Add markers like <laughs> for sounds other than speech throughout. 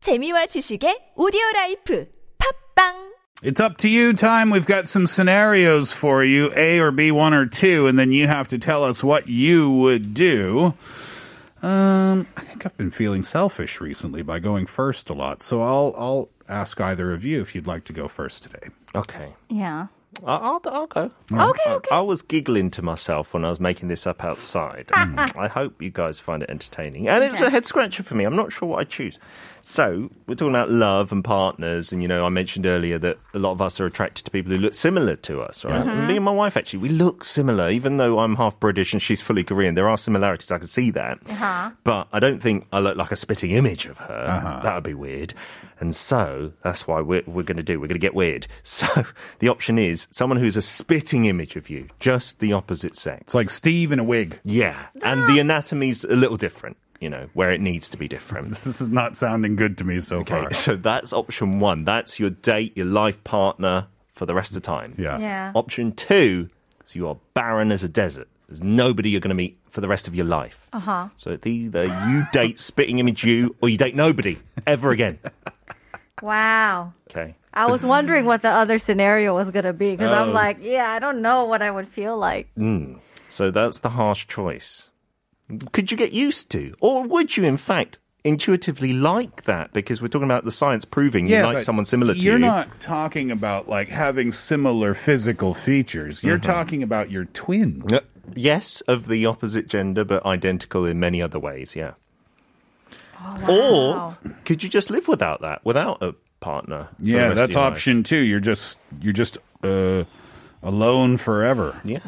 재미와 지식의 오디오 라이프 팝빵 It's up to you time. We've got some scenarios for you, A or B, one or two, and then you have to tell us what you would do. Um, I think I've been feeling selfish recently by going first a lot, so I'll I'll ask either of you if you'd like to go first today. Okay. Yeah. I- I'll, I'll go. Okay, I, I was giggling to myself when I was making this up outside. Mm. <laughs> I hope you guys find it entertaining. And it's a head scratcher for me. I'm not sure what I choose. So, we're talking about love and partners. And, you know, I mentioned earlier that a lot of us are attracted to people who look similar to us, right? Mm-hmm. Me and my wife, actually, we look similar. Even though I'm half British and she's fully Korean, there are similarities. I can see that. But I don't think I look like a spitting image of her. Uh-huh. That would be weird. And so that's why we're, we're going to do. We're going to get weird. <laughs> So the option is someone who's a spitting image of you, just the opposite sex. It's like Steve in a wig. <laughs> yeah. And the anatomy's a little different, you know, where it needs to be <laughs> different. This is not sounding good to me so Okay. far. So that's option one. That's your date, your life partner for the rest of time. Yeah. Yeah. Option two is you are barren as a desert. There's nobody you're going to meet for the rest of your life. Uh Uh-huh. huh. So it's either you date spitting image you, or you date nobody <laughs> ever again. Wow. Okay. I was wondering what the other scenario was going to be because Oh. I'm like, yeah, I don't know what I would feel like. So that's the harsh choice. Could you get used to, or would you, in fact, intuitively like that? Because we're talking about the science proving you but like someone similar to you're you. not talking about like having similar physical features. You're Mm-hmm. talking about your twin. Uh, Yes, of the opposite gender, but identical in many other ways. Yeah. Or could you just live without that, without a partner? for the rest Yeah, of that's your life? option two. You're just you're just uh, alone forever. Yeah.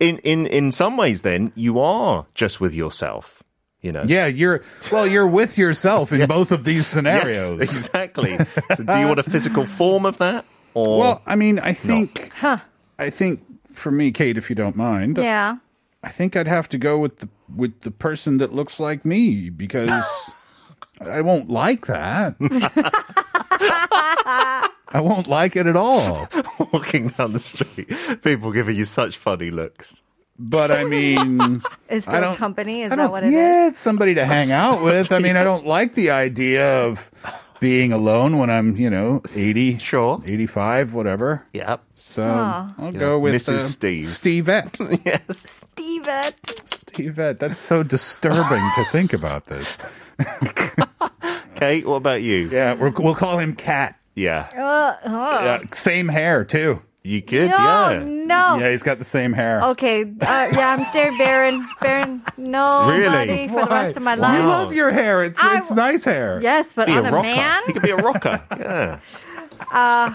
in in in some ways, then you are just with yourself. You know. Yeah, you're well, you're with yourself <laughs> in both of these Yes, scenarios. <laughs> exactly. so, do you want a physical form of that, or Well, I mean, I think I think for me, Kate, if you don't mind, Yeah. I think I'd have to go with the with the person that looks like me <laughs> because I won't like that. <laughs> I won't like it at all. <laughs> walking down the street, people giving you such funny looks? But I mean, Is I there don't- a company? Is I don't- that what it is? yeah, it's somebody to hang <laughs> out with. I mean, I don't like the idea of being alone when I'm, you know, 80, Sure. 85, whatever. Yep. So I'll go with uh, Mrs. Steve. <laughs> Stevette. Yes. Steven. Stevette. That's so disturbing to think about this. Kate, what about you? Yeah, we're, we'll call him Cat. Yeah. Oh. Yeah, same hair too. You could. No, yeah. no. Yeah, he's got the same hair. Oh. Okay. Uh, yeah, I'm staring barren. Barren. No. Really? For the rest of my I life. love your hair. It's I it's w- nice hair. Yes, but Be on a a, rocker. man? Uh, You could be a <laughs> rocker. yeah.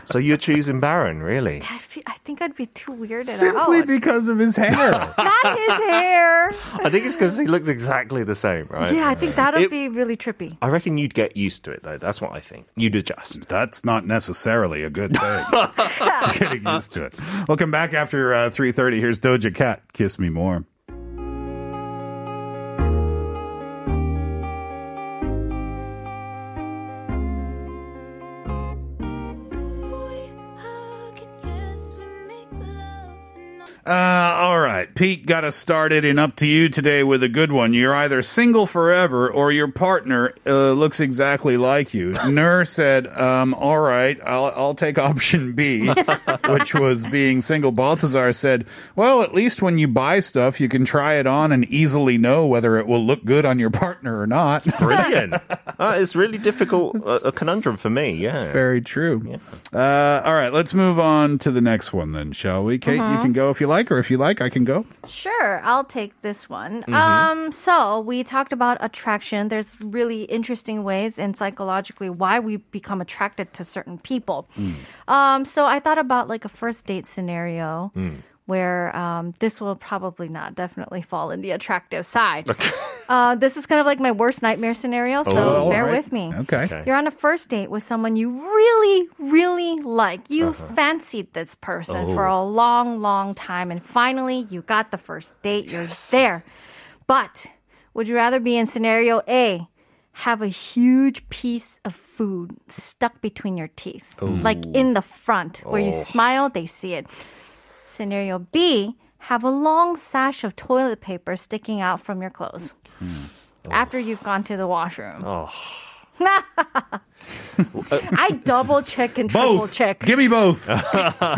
so you're choosing Baron, really? I, feel, I think I'd be too weirded Simply out. because of his <laughs> hair. Not his hair. <laughs> I think it's because he looks exactly the same, right? Yeah, I think that would It- be really trippy. I reckon you'd get used to it, though. That's what I think. You'd <laughs> adjust. That's not necessarily a good thing. <laughs> Getting used to it. We'll come back after uh, three thirty. Here's Doja Cat. Kiss me more. Uh, all right. Pete got us started in Up to You today with a good one. You're either single forever or your partner uh, looks exactly like you. Nur said, um, All right, I'll, I'll take option B, which was being single. Baltazar said, Well, at least when you buy stuff, you can try it on and easily know whether it will look good on your partner or not. Brilliant. Uh, it's really difficult, uh, a conundrum for me. Yeah. Very true. Uh, all right, let's move on to the next one then, shall we? Kate, Uh-huh. you can go if you like, or if you like, I can go. Sure, I'll take this one. Um, so we talked about attraction. There's really interesting ways and psychologically why we become attracted to certain people. Um, so I thought about like a first date scenario. Where um, this will probably not definitely fall in the attractive side. Uh, this is kind of like my worst nightmare scenario, so Oh, bear all right. with me. Okay. Okay. You're on a first date with someone you really, really like. You fancied this person for a long, long time, and finally you got the first date. You're there. But would you rather be in scenario A, have a huge piece of food stuck between your teeth, like in the front where you smile, they see it? Scenario B, have a long sash of toilet paper sticking out Hmm. from your clothes after you've gone to the washroom. <laughs> I double check and triple Both. check. Give me both. Uh.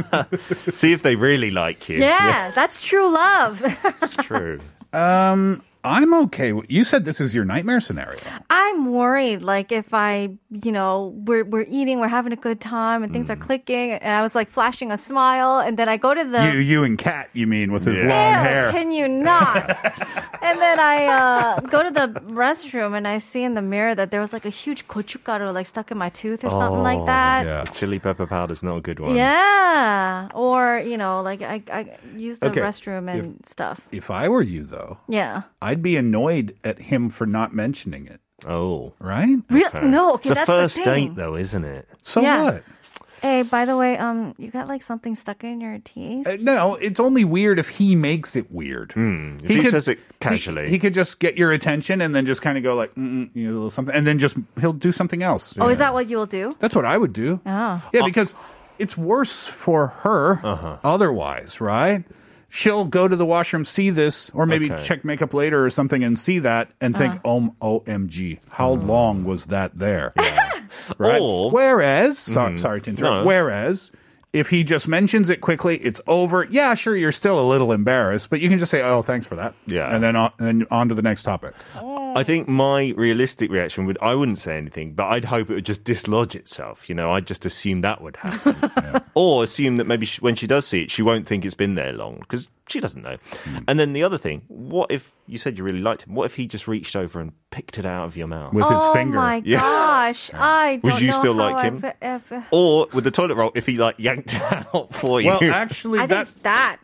See if they really like you. yeah, that's true love. <laughs> That's true. <laughs> I'm okay. with- You said this is your nightmare scenario. I'm worried, like if I, you know, we're we're eating, we're having a good time, and things are Hmm. clicking, and I was like flashing a smile, and then I go to You, the you and Cat, you mean, with his Yeah. long Ew, hair. Can <laughs> you not? and then I uh, go to the restroom and I see in the mirror that there was like a huge gochugaru like stuck in my tooth or something like that. yeah. Oh, Chili pepper powder's not a good one. Yeah. or you know, like I, I used the Okay, restroom and stuff. If I were you, though, Yeah, I'd be annoyed at him for not mentioning it, Oh. right? Real, no, it's okay, a that's first the thing. date, though, isn't it? So what? Yeah. Hey, by the way, um, you got like something stuck in your teeth. Uh, No, it's only weird if he makes it weird. Hmm. If he, says it casually. He, could just get your attention and then just kind of go like, mm, mm, you know, a little something, and then just he'll do something else. Oh, is that what you'll do? That's what I would do. Oh. Yeah, because it's worse for her Uh-huh. otherwise, right? She'll go to the washroom, see this, or maybe Okay. check makeup later or something and see that and think, Uh-huh. oh, OMG, how long was that <laughs> there? <laughs> right? Mm. Or- Mm-hmm. Whereas, so- sorry to interrupt, No. whereas if he just mentions it quickly, it's over. Yeah, sure, you're still a little embarrassed, but you can just say, oh, thanks for that. Yeah. And then on, and then on to the next topic. I think my realistic reaction would I wouldn't say anything, but I'd hope it would just dislodge itself. You know, I'd just assume that would <laughs> happen. Or assume that maybe she, when she does see it, she won't think it's been there long because she doesn't know. Hmm. And then the other thing, what if you said you really liked him? What if he just reached over and picked it out of your mouth? With his oh finger. my Yeah. gosh! I Would don't you know still how like I him? fe- I fe- or with the toilet roll, if he like yanked <laughs> it out for <laughs> you. Well, actually, I that. Mm. think that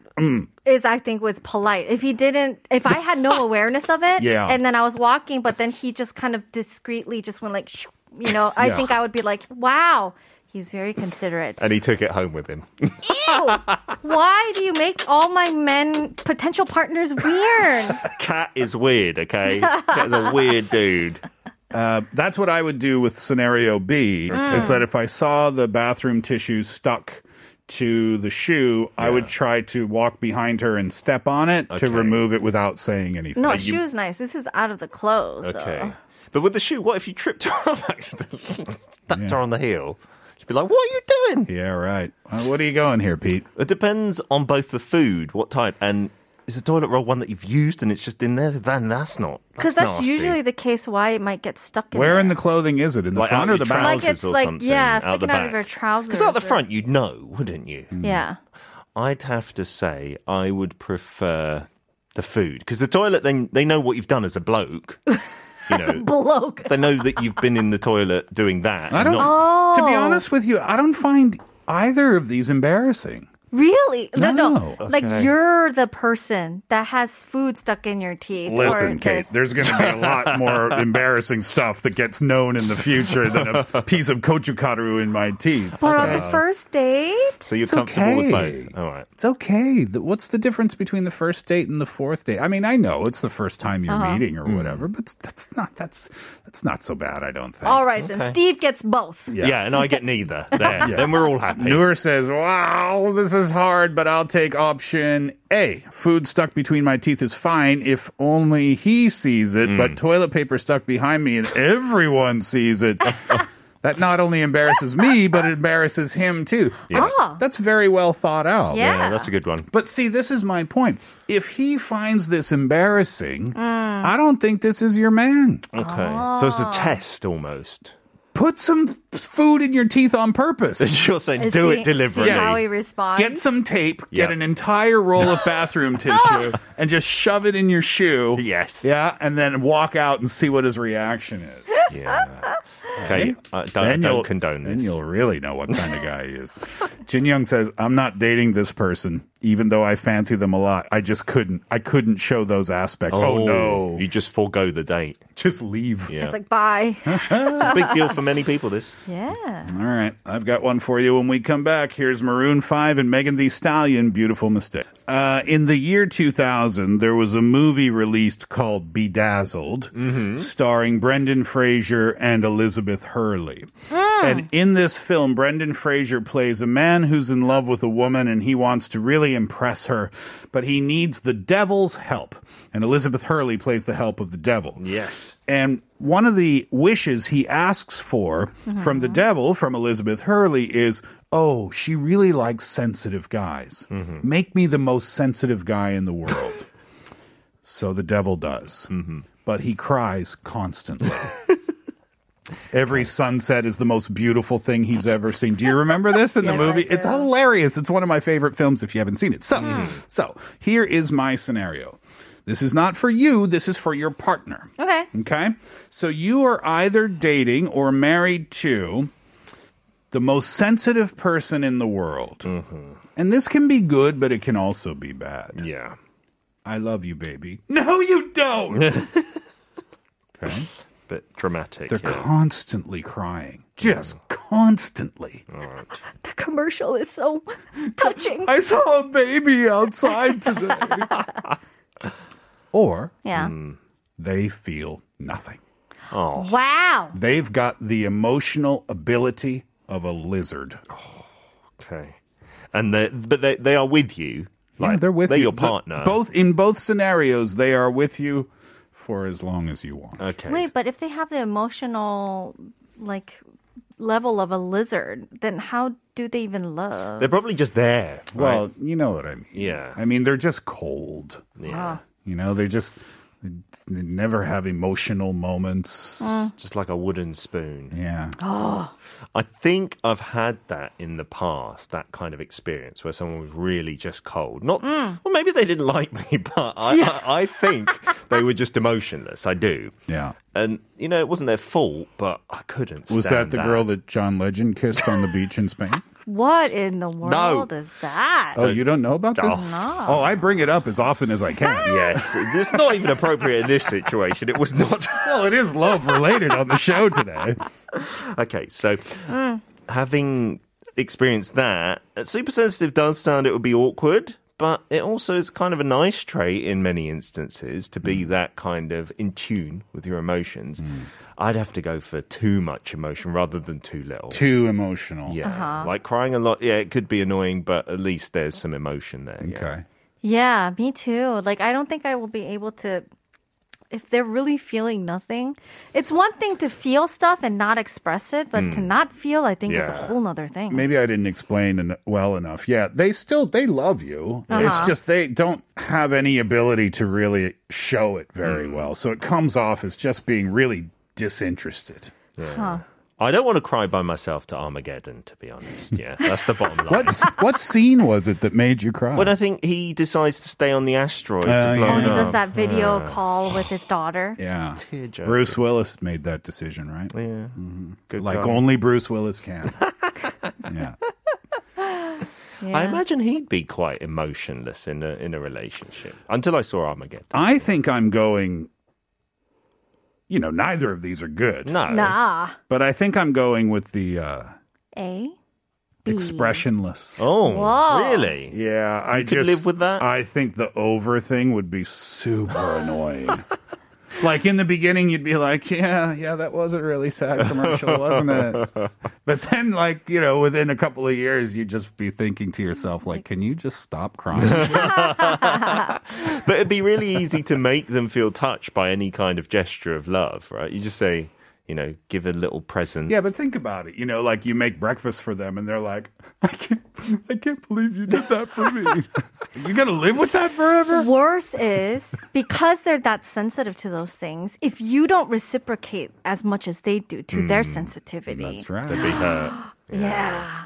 is, I think, was polite. If he didn't, if I had <laughs> no awareness of it, Yeah. and then I was walking, but then he just kind of discreetly just went like, shoo, you know, I Yeah. think I would be like, wow, he's very considerate. and he took it home with him. <laughs> Ew! Why do you make all my men potential <laughs> partners weird? Cat is weird, okay? Cat's a weird dude. That's what I would do with scenario B Mm. is that if I saw the bathroom tissue stuck to the shoe, I would try to walk behind her and step on it Okay. to remove it without saying anything. No, shoe is nice. This is out of the clothes. Okay. though. But with the shoe, what if you tripped <laughs> her up accidentally? <laughs> Stepped Yeah. her on the heel. She'd be like, what are you doing? Yeah, right. Uh, what are you going here, Pete? It depends on both the food, what type, and is the toilet roll one that you've used and it's just in there? Then that's not. Because Because that's, usually the case why it might get stuck in Where in there. the clothing is it? In the Like front out or the your back? like trousers it's or like something, yeah, out the sticking out of back. your trousers. Because out the or- front, you'd know, wouldn't you? <laughs> Yeah. I'd have to say I would prefer the food because the toilet. Then they know what you've done as a bloke. You <laughs> know, Bloke. they know that you've been in the toilet doing that. I and don't. not- To Oh. be honest with you, I don't find either of these embarrassing. Really? No. no. No. Like you're the person that has food stuck in your teeth. or Listen, Kate, this. there's going to be a <laughs> lot more embarrassing stuff that gets known in the future than <laughs> a piece of kochukaru in my teeth. But on the first date, So you're comfortable okay. with both. All right. It's okay. The- What's the difference between the first date and the fourth date? I mean, I know it's the first time you're Uh-huh. meeting or Mm. whatever, but that's not that's that's not so bad. I don't think. all right then. Steve gets both. Yeah. and I <laughs> get neither. There. Then we're all happy. Noor says, "Wow, this is hard, but I'll take option A. Food stuck between my teeth is fine if only he sees it, but toilet paper stuck behind me and everyone sees it." That not only embarrasses me, but it embarrasses him too. Ah. That's very well thought out. Yeah, Yeah. that's a good one. But see, this is my point. If he finds this embarrassing, I don't think this is your man. Okay. So it's a Ah. test <laughs> almost. Put some food in your teeth on <laughs> purpose. You're saying And do it see- deliberately. See how he responds. Get some tape, Yeah. get an entire roll of <laughs> bathroom tissue, and just shove it in your shoe. Yes. Yeah, and then walk out and see what his reaction is. Yeah. Okay. I don't, I Then you'll- don't condone Then this. you'll really know what kind of guy he <laughs> is. Jin Young says, I'm not dating this person, even though I fancy them a lot. I just couldn't. I couldn't show those aspects. Oh, no. You just forego the date. just leave. Yeah. It's like bye. It's a big deal for many people, <laughs> this. yeah. All right, I've got one for you when we come back. Here's Maroon 5 and Megan Thee Stallion, Beautiful Mistake. Uh, in the year 2000, there was a movie released called Bedazzled, starring Brendan Fraser and Elizabeth Hurley. And in this film, Brendan Fraser plays a man who's in love with a woman and he wants to really impress her, but he needs the devil's help. And Elizabeth Hurley plays the help of the devil. Yes. And one of the wishes he asks for from the devil, from Elizabeth Hurley, is oh, she really likes sensitive guys. Make me the most sensitive guy in the <laughs> world. so the devil does. Mm-hmm. But he cries constantly. <laughs> Every sunset is the most beautiful thing he's ever seen. Do you <laughs> remember this in the Yes, I movie? It's do. Mm-hmm. hilarious. It's one of my favorite films if you haven't seen it. So, so here is my scenario. This is not for you, this is for your partner. Okay. Okay. So you are either dating or married to the most sensitive person in the world. And this can be good, but it can also be bad. Yeah. I love you, baby. <laughs> No, you don't. okay. Bit <laughs> dramatic. They're yeah. constantly crying. Just constantly. The commercial is so <laughs> touching. I saw a baby outside today. <laughs> or Yeah. they feel nothing. Wow. They've got the emotional ability of a lizard. Okay. And they but they they are with you. Like yeah, they're with they're you. your The- partner. both in both scenarios, they are with you for as long as you want. Okay. Wait, but if they have the emotional like level of a lizard, then how do they even love? They're probably just there. well, right? you know what I mean. Yeah. I mean they're just cold. yeah. You know, they just they never have emotional moments. Just like a wooden spoon. Yeah. I think I've had that in the past, that kind of experience where someone was really just cold. Not well, maybe they didn't like <laughs> me, but I, I, I think they were just emotionless. I do. Yeah. And you know, it wasn't their fault, but I couldn't. Was that stand the girl that John Legend kissed on the beach in Spain? <laughs> What in the world is that? Oh, you don't know about this? Oh. Oh, I bring it up as often as I <laughs> can. Yes, it's not even appropriate in this situation. It was not. Well, it is love related on the show <laughs> today. Okay, so having experienced that, uh, super sensitive does sound it would be awkward, but it also is kind of a nice trait in many instances to Mm. be that kind of in tune with your emotions. I'd have to go for too much emotion rather than too little. Too Uh-huh. emotional. yeah, like crying a lot. Yeah, it could be annoying, but at least there's some emotion there. yeah. Okay. Yeah, me too. Like, I don't think I will be able to. If they're really feeling nothing, it's one thing to feel stuff and not express it, but to not feel, I think, is a Yeah. whole nother thing. maybe I didn't explain en- well enough. Yeah, they still they love you. It's just they don't have any ability to really show it very well. So it comes off as just being really disinterested. I don't want to cry by myself to Armageddon, to be honest. Yeah, that's the bottom line. <laughs> What s- what scene was it that made you cry? When I think he decides to stay on the asteroid Oh, to blow yeah. When it up. he does that video call with his daughter. yeah. Tearjerker. Bruce Willis made that decision, right? Mm-hmm. Yeah. Good Like God. only Bruce Willis <laughs> can. yeah. I imagine he'd be quite emotionless in a in a relationship until I saw Armageddon. I think I'm going you know, neither of these are good. No. Nah. eh? But I think I'm going with the uh, A. expressionless. Oh, Whoa. really? Yeah, I could just live with that? I think the over thing would be <laughs> super annoying. like in the beginning, you'd be like, "Yeah, yeah, that was a really sad commercial, wasn't it?" <laughs> But then, like you know, within a couple of years, you'd just be thinking to yourself, like, "Can you just stop <laughs> crying?" But it'd be really easy to make them feel touched by any kind of gesture of love, right? You just say, you know, give a little present. yeah, but think about it. You know, like you make breakfast for them, and they're like, "I can't, I can't believe you did that for me." <laughs> you gonna live with that forever? Worse is because they're that sensitive to those things, if you don't reciprocate as much as they do to their sensitivity. That's right. They'd be <gasps> hurt. Yeah.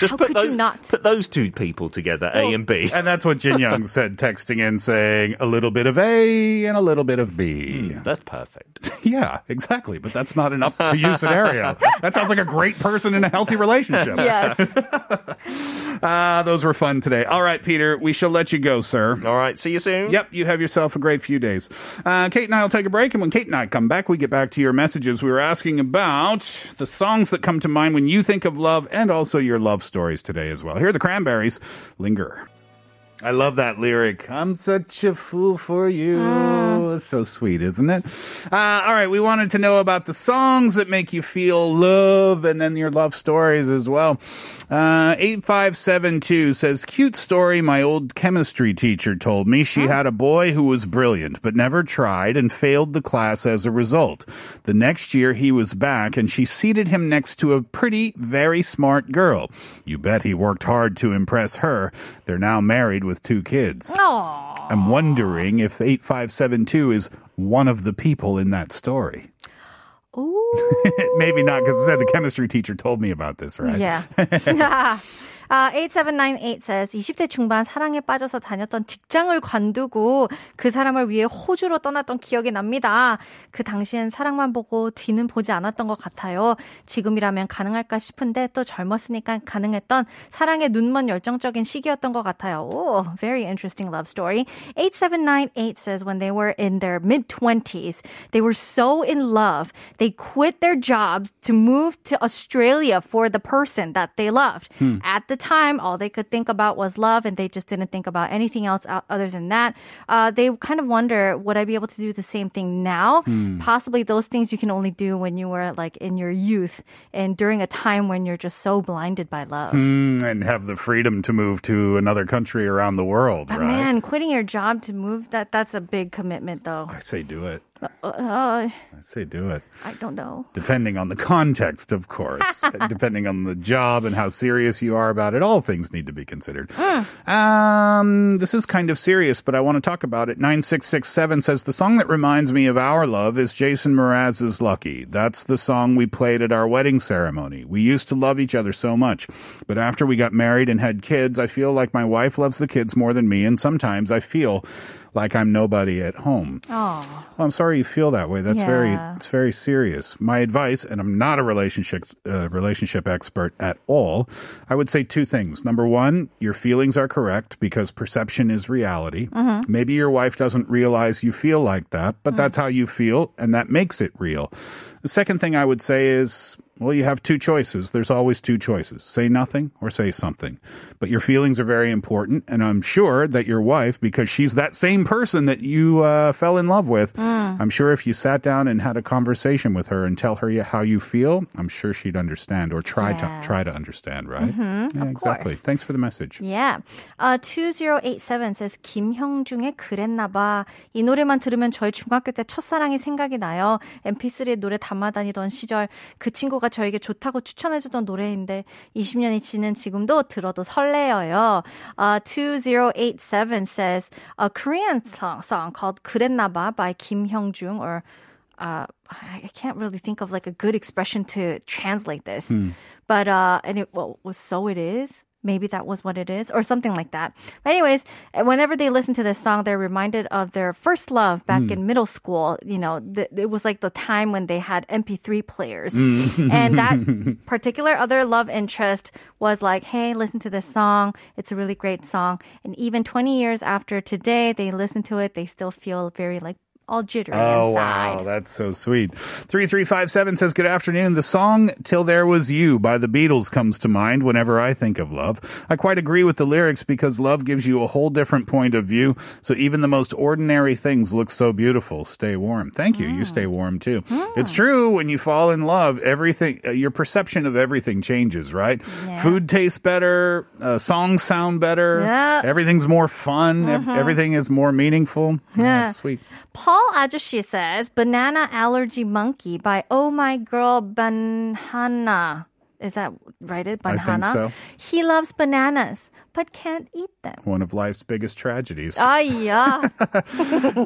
Just How put could those, you not? put those two people together, A and B. And that's what Jin <laughs> Young said, texting in saying a little bit of A and a little bit of B. That's perfect. <laughs> Yeah, exactly. But that's not an up to you scenario. That sounds like a great person in a healthy relationship. Yes. <laughs> Ah, those were fun today. All right, Peter, we shall let you go, sir. All right, see you soon. Yep, you have yourself a great few days. Uh, Kate and I will take a break, and when Kate and I come back, we get back to your messages. We were asking about the songs that come to mind when you think of love and also your love stories today as well. Here are the Cranberries. Linger. I love that lyric. I'm such a fool for you. It's Ah. so sweet, isn't it? Uh, all right, we wanted to know about the songs that make you feel love and then your love stories as well. Uh, 8572 says, Cute story my old chemistry teacher told me. She had a boy who was brilliant but never tried and failed the class as a result. The next year he was back and she seated him next to a pretty, very smart girl. You bet he worked hard to impress her. They're now married with two kids. Aww. I'm wondering if 8572 is one of the people in that story. Ooh. <laughs> Maybe not, because it said the chemistry teacher told me about this, right? Yeah. 아, 8798 says 20대 중반 사랑에 빠져서 다녔던 직장을 관두고 그 사람을 위해 호주로 떠났던 기억이 납니다. 그 당시엔 사랑만 보고 뒤는 보지 않았던 것 같아요. 지금이라면 가능할까 싶은데 또 젊었으니까 가능했던 사랑의 눈먼 열정적인 시기였던 것 같아요. 오, very interesting love story. 8798 says when they were in their mid 20s, they were so in love, they quit their jobs to move to Australia for the person that they loved. At the time, all they could think about was love, and they just didn't think about anything else o- other than that. Uh, they kind of wonder, would I be able to do the same thing now? Possibly those things you can only do when you were like in your youth and during a time when you're just so blinded by love. Mm, and have the freedom to move to another country around the world, But right? man, quitting your job to move that that's a big commitment though. I say do it. Uh, I say do it. I don't know. Depending on the context, of course, depending on the job and how serious you are about it, all things need to be considered. Um, this is kind of serious, but I want to talk about it. 9667 says the song that reminds me of our love is Jason Mraz's Lucky. That's the song we played at our wedding ceremony. We used to love each other so much, but after we got married and had kids, I feel like my wife loves the kids more than me, and sometimes I feel like I'm nobody at home. Oh, Well, I'm sorry you feel that way. That's very Yeah. it's very serious. My advice, and I'm not a relationship uh, relationship expert at all. I would say two things. Number one, your feelings are correct because perception is reality. Maybe your wife doesn't realize you feel like that, but that's how you feel, and that makes it real. The second thing I would say is. Well, you have two choices. There's always two choices say nothing or say something. But your feelings are very important. And I'm sure that your wife, because she's that same person that you uh, fell in love with, Mm. I'm sure if you sat down and had a conversation with her and tell her y- how you feel, I'm sure she'd understand or try Yeah. Mm-hmm. to try to understand, right? yeah, exactly. course. Thanks for the message. yeah. Uh, 2087 says 김형중의 그랬나봐. 이 노래만 들으면 저희 중학교 때 첫사랑이 생각이 나요. MP3에 노래 담아다니던 시절 그 친구가 저에게 좋다고 추천해주던 노래인데 20년이 지난 지금도 들어도 설레어요. Uh, 2087 says a Korean song, song called 그랬나봐 by Kim Hyung-jung or uh, I I can't really think of like a good expression to translate this, Hmm. but uh, and it well, was so it is. Maybe that was what it is, or something like that. But anyways, whenever they listen to this song, they're reminded of their first love Hmm. back in middle school. You know, th- it was like the time when they had MP3 players, Hmm. and <laughs> that particular other love interest was like, "Hey, listen to this song. It's a really great song." And even 20 years after today, they listen to it, they still feel very like all jittery Oh, inside. wow. That's so sweet. 3357 says, Good afternoon. The song Till There Was You by the Beatles comes to mind whenever I think of love. I quite agree with the lyrics because love gives you a whole different point of view. So even the most ordinary things look so beautiful. Stay warm. Thank you. Mm. You stay warm too. Hmm. It's true. When you fall in love, everything, uh, your perception of everything changes, right? Food tastes better. Uh, songs sound better. Yeah. Uh-huh. Everything's more fun. ev- Everything is more meaningful. Yeah. it's sweet. Paul Ajashi says Banana Allergy Monkey by Oh My Girl Banana. Is that right? It I think Banana. so. He loves bananas but can't eat them. one of life's biggest tragedies. <laughs> Ah, yeah.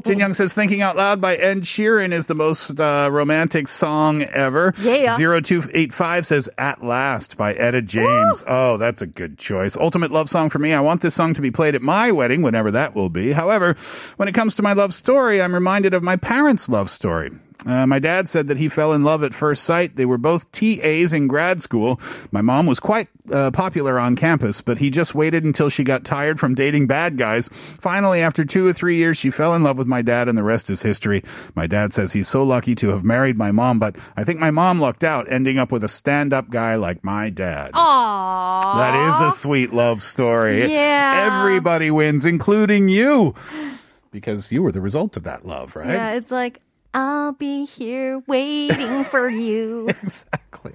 Jin Young says, "Thinking Out Loud" by Ed Sheeran is the most uh, romantic song ever. Yeah. Zero two eight five says, "At Last" by Etta James. Oh, that's a good choice. Ultimate love song for me. I want this song to be played at my wedding, whenever that will be. However, when it comes to my love story, I'm reminded of my parents' love story. Uh, my dad said that he fell in love at first sight. They were both TAs in grad school. My mom was quite uh, popular on campus, but he just waited until she got tired from dating bad guys. Finally, after two or three years, she fell in love with my dad, and the rest is history. My dad says he's so lucky to have married my mom, but I think my mom lucked out, ending up with a stand up guy like my dad. Aww. That is a sweet love story. Yeah. Everybody wins, including you. Because you were the result of that love, right? Yeah, it's like, I'll be here waiting for you. exactly.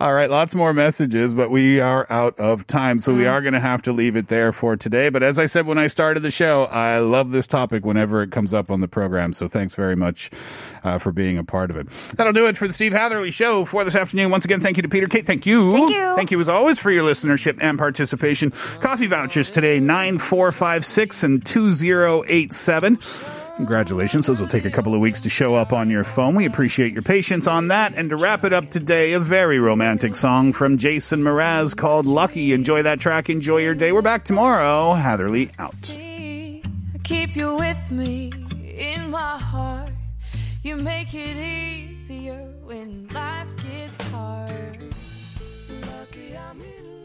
All right, lots more messages, but we are out of time. So Mm-hmm. we are going to have to leave it there for today. But as I said when I started the show, I love this topic whenever it comes up on the program. So thanks very much uh, for being a part of it. That'll do it for the Steve Hatherley Show for this afternoon. Once again, thank you to Peter Kate. Thank you. Thank you. Thank you as always for your listenership and participation. Coffee vouchers today, 9456 and 2087. Congratulations. Those will take a couple of weeks to show up on your phone. We appreciate your patience on that. And to wrap it up today, a very romantic song from Jason Mraz called Lucky. Enjoy that track. Enjoy your day. We're back tomorrow. Hatherley out. see. I keep you with me in my heart. You make it easier when life gets hard. Lucky I'm in love.